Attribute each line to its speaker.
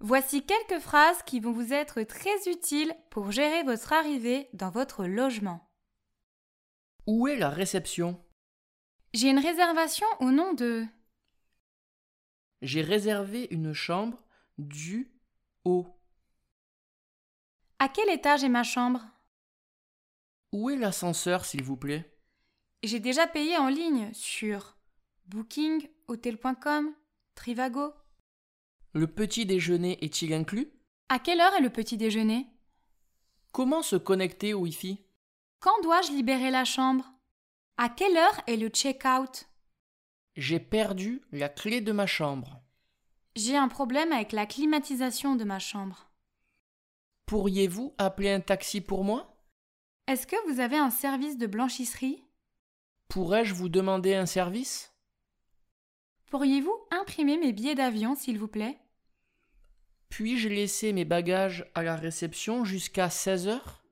Speaker 1: Voici quelques phrases qui vont vous être très utiles pour gérer votre arrivée dans votre logement.
Speaker 2: Où est la réception
Speaker 1: J'ai une réservation au nom de.
Speaker 2: J'ai réservé une chambre du haut.
Speaker 1: À quel étage est ma chambre
Speaker 2: Où est l'ascenseur, s'il vous plaît
Speaker 1: J'ai déjà payé en ligne sur Booking, Hotel.com, Trivago.
Speaker 2: Le petit déjeuner est-il inclus
Speaker 1: À quelle heure est le petit déjeuner
Speaker 2: Comment se connecter au Wi-Fi
Speaker 1: Quand dois-je libérer la chambre À quelle heure est le check-out
Speaker 2: J'ai perdu la clé de ma chambre.
Speaker 1: J'ai un problème avec la climatisation de ma chambre.
Speaker 2: Pourriez-vous appeler un taxi pour moi
Speaker 1: Est-ce que vous avez un service de blanchisserie
Speaker 2: Pourrais-je vous demander un service
Speaker 1: Pourriez-vous imprimer mes billets d'avion, s'il vous plaît
Speaker 2: Puis-je laisser mes bagages à la réception jusqu'à 16 heures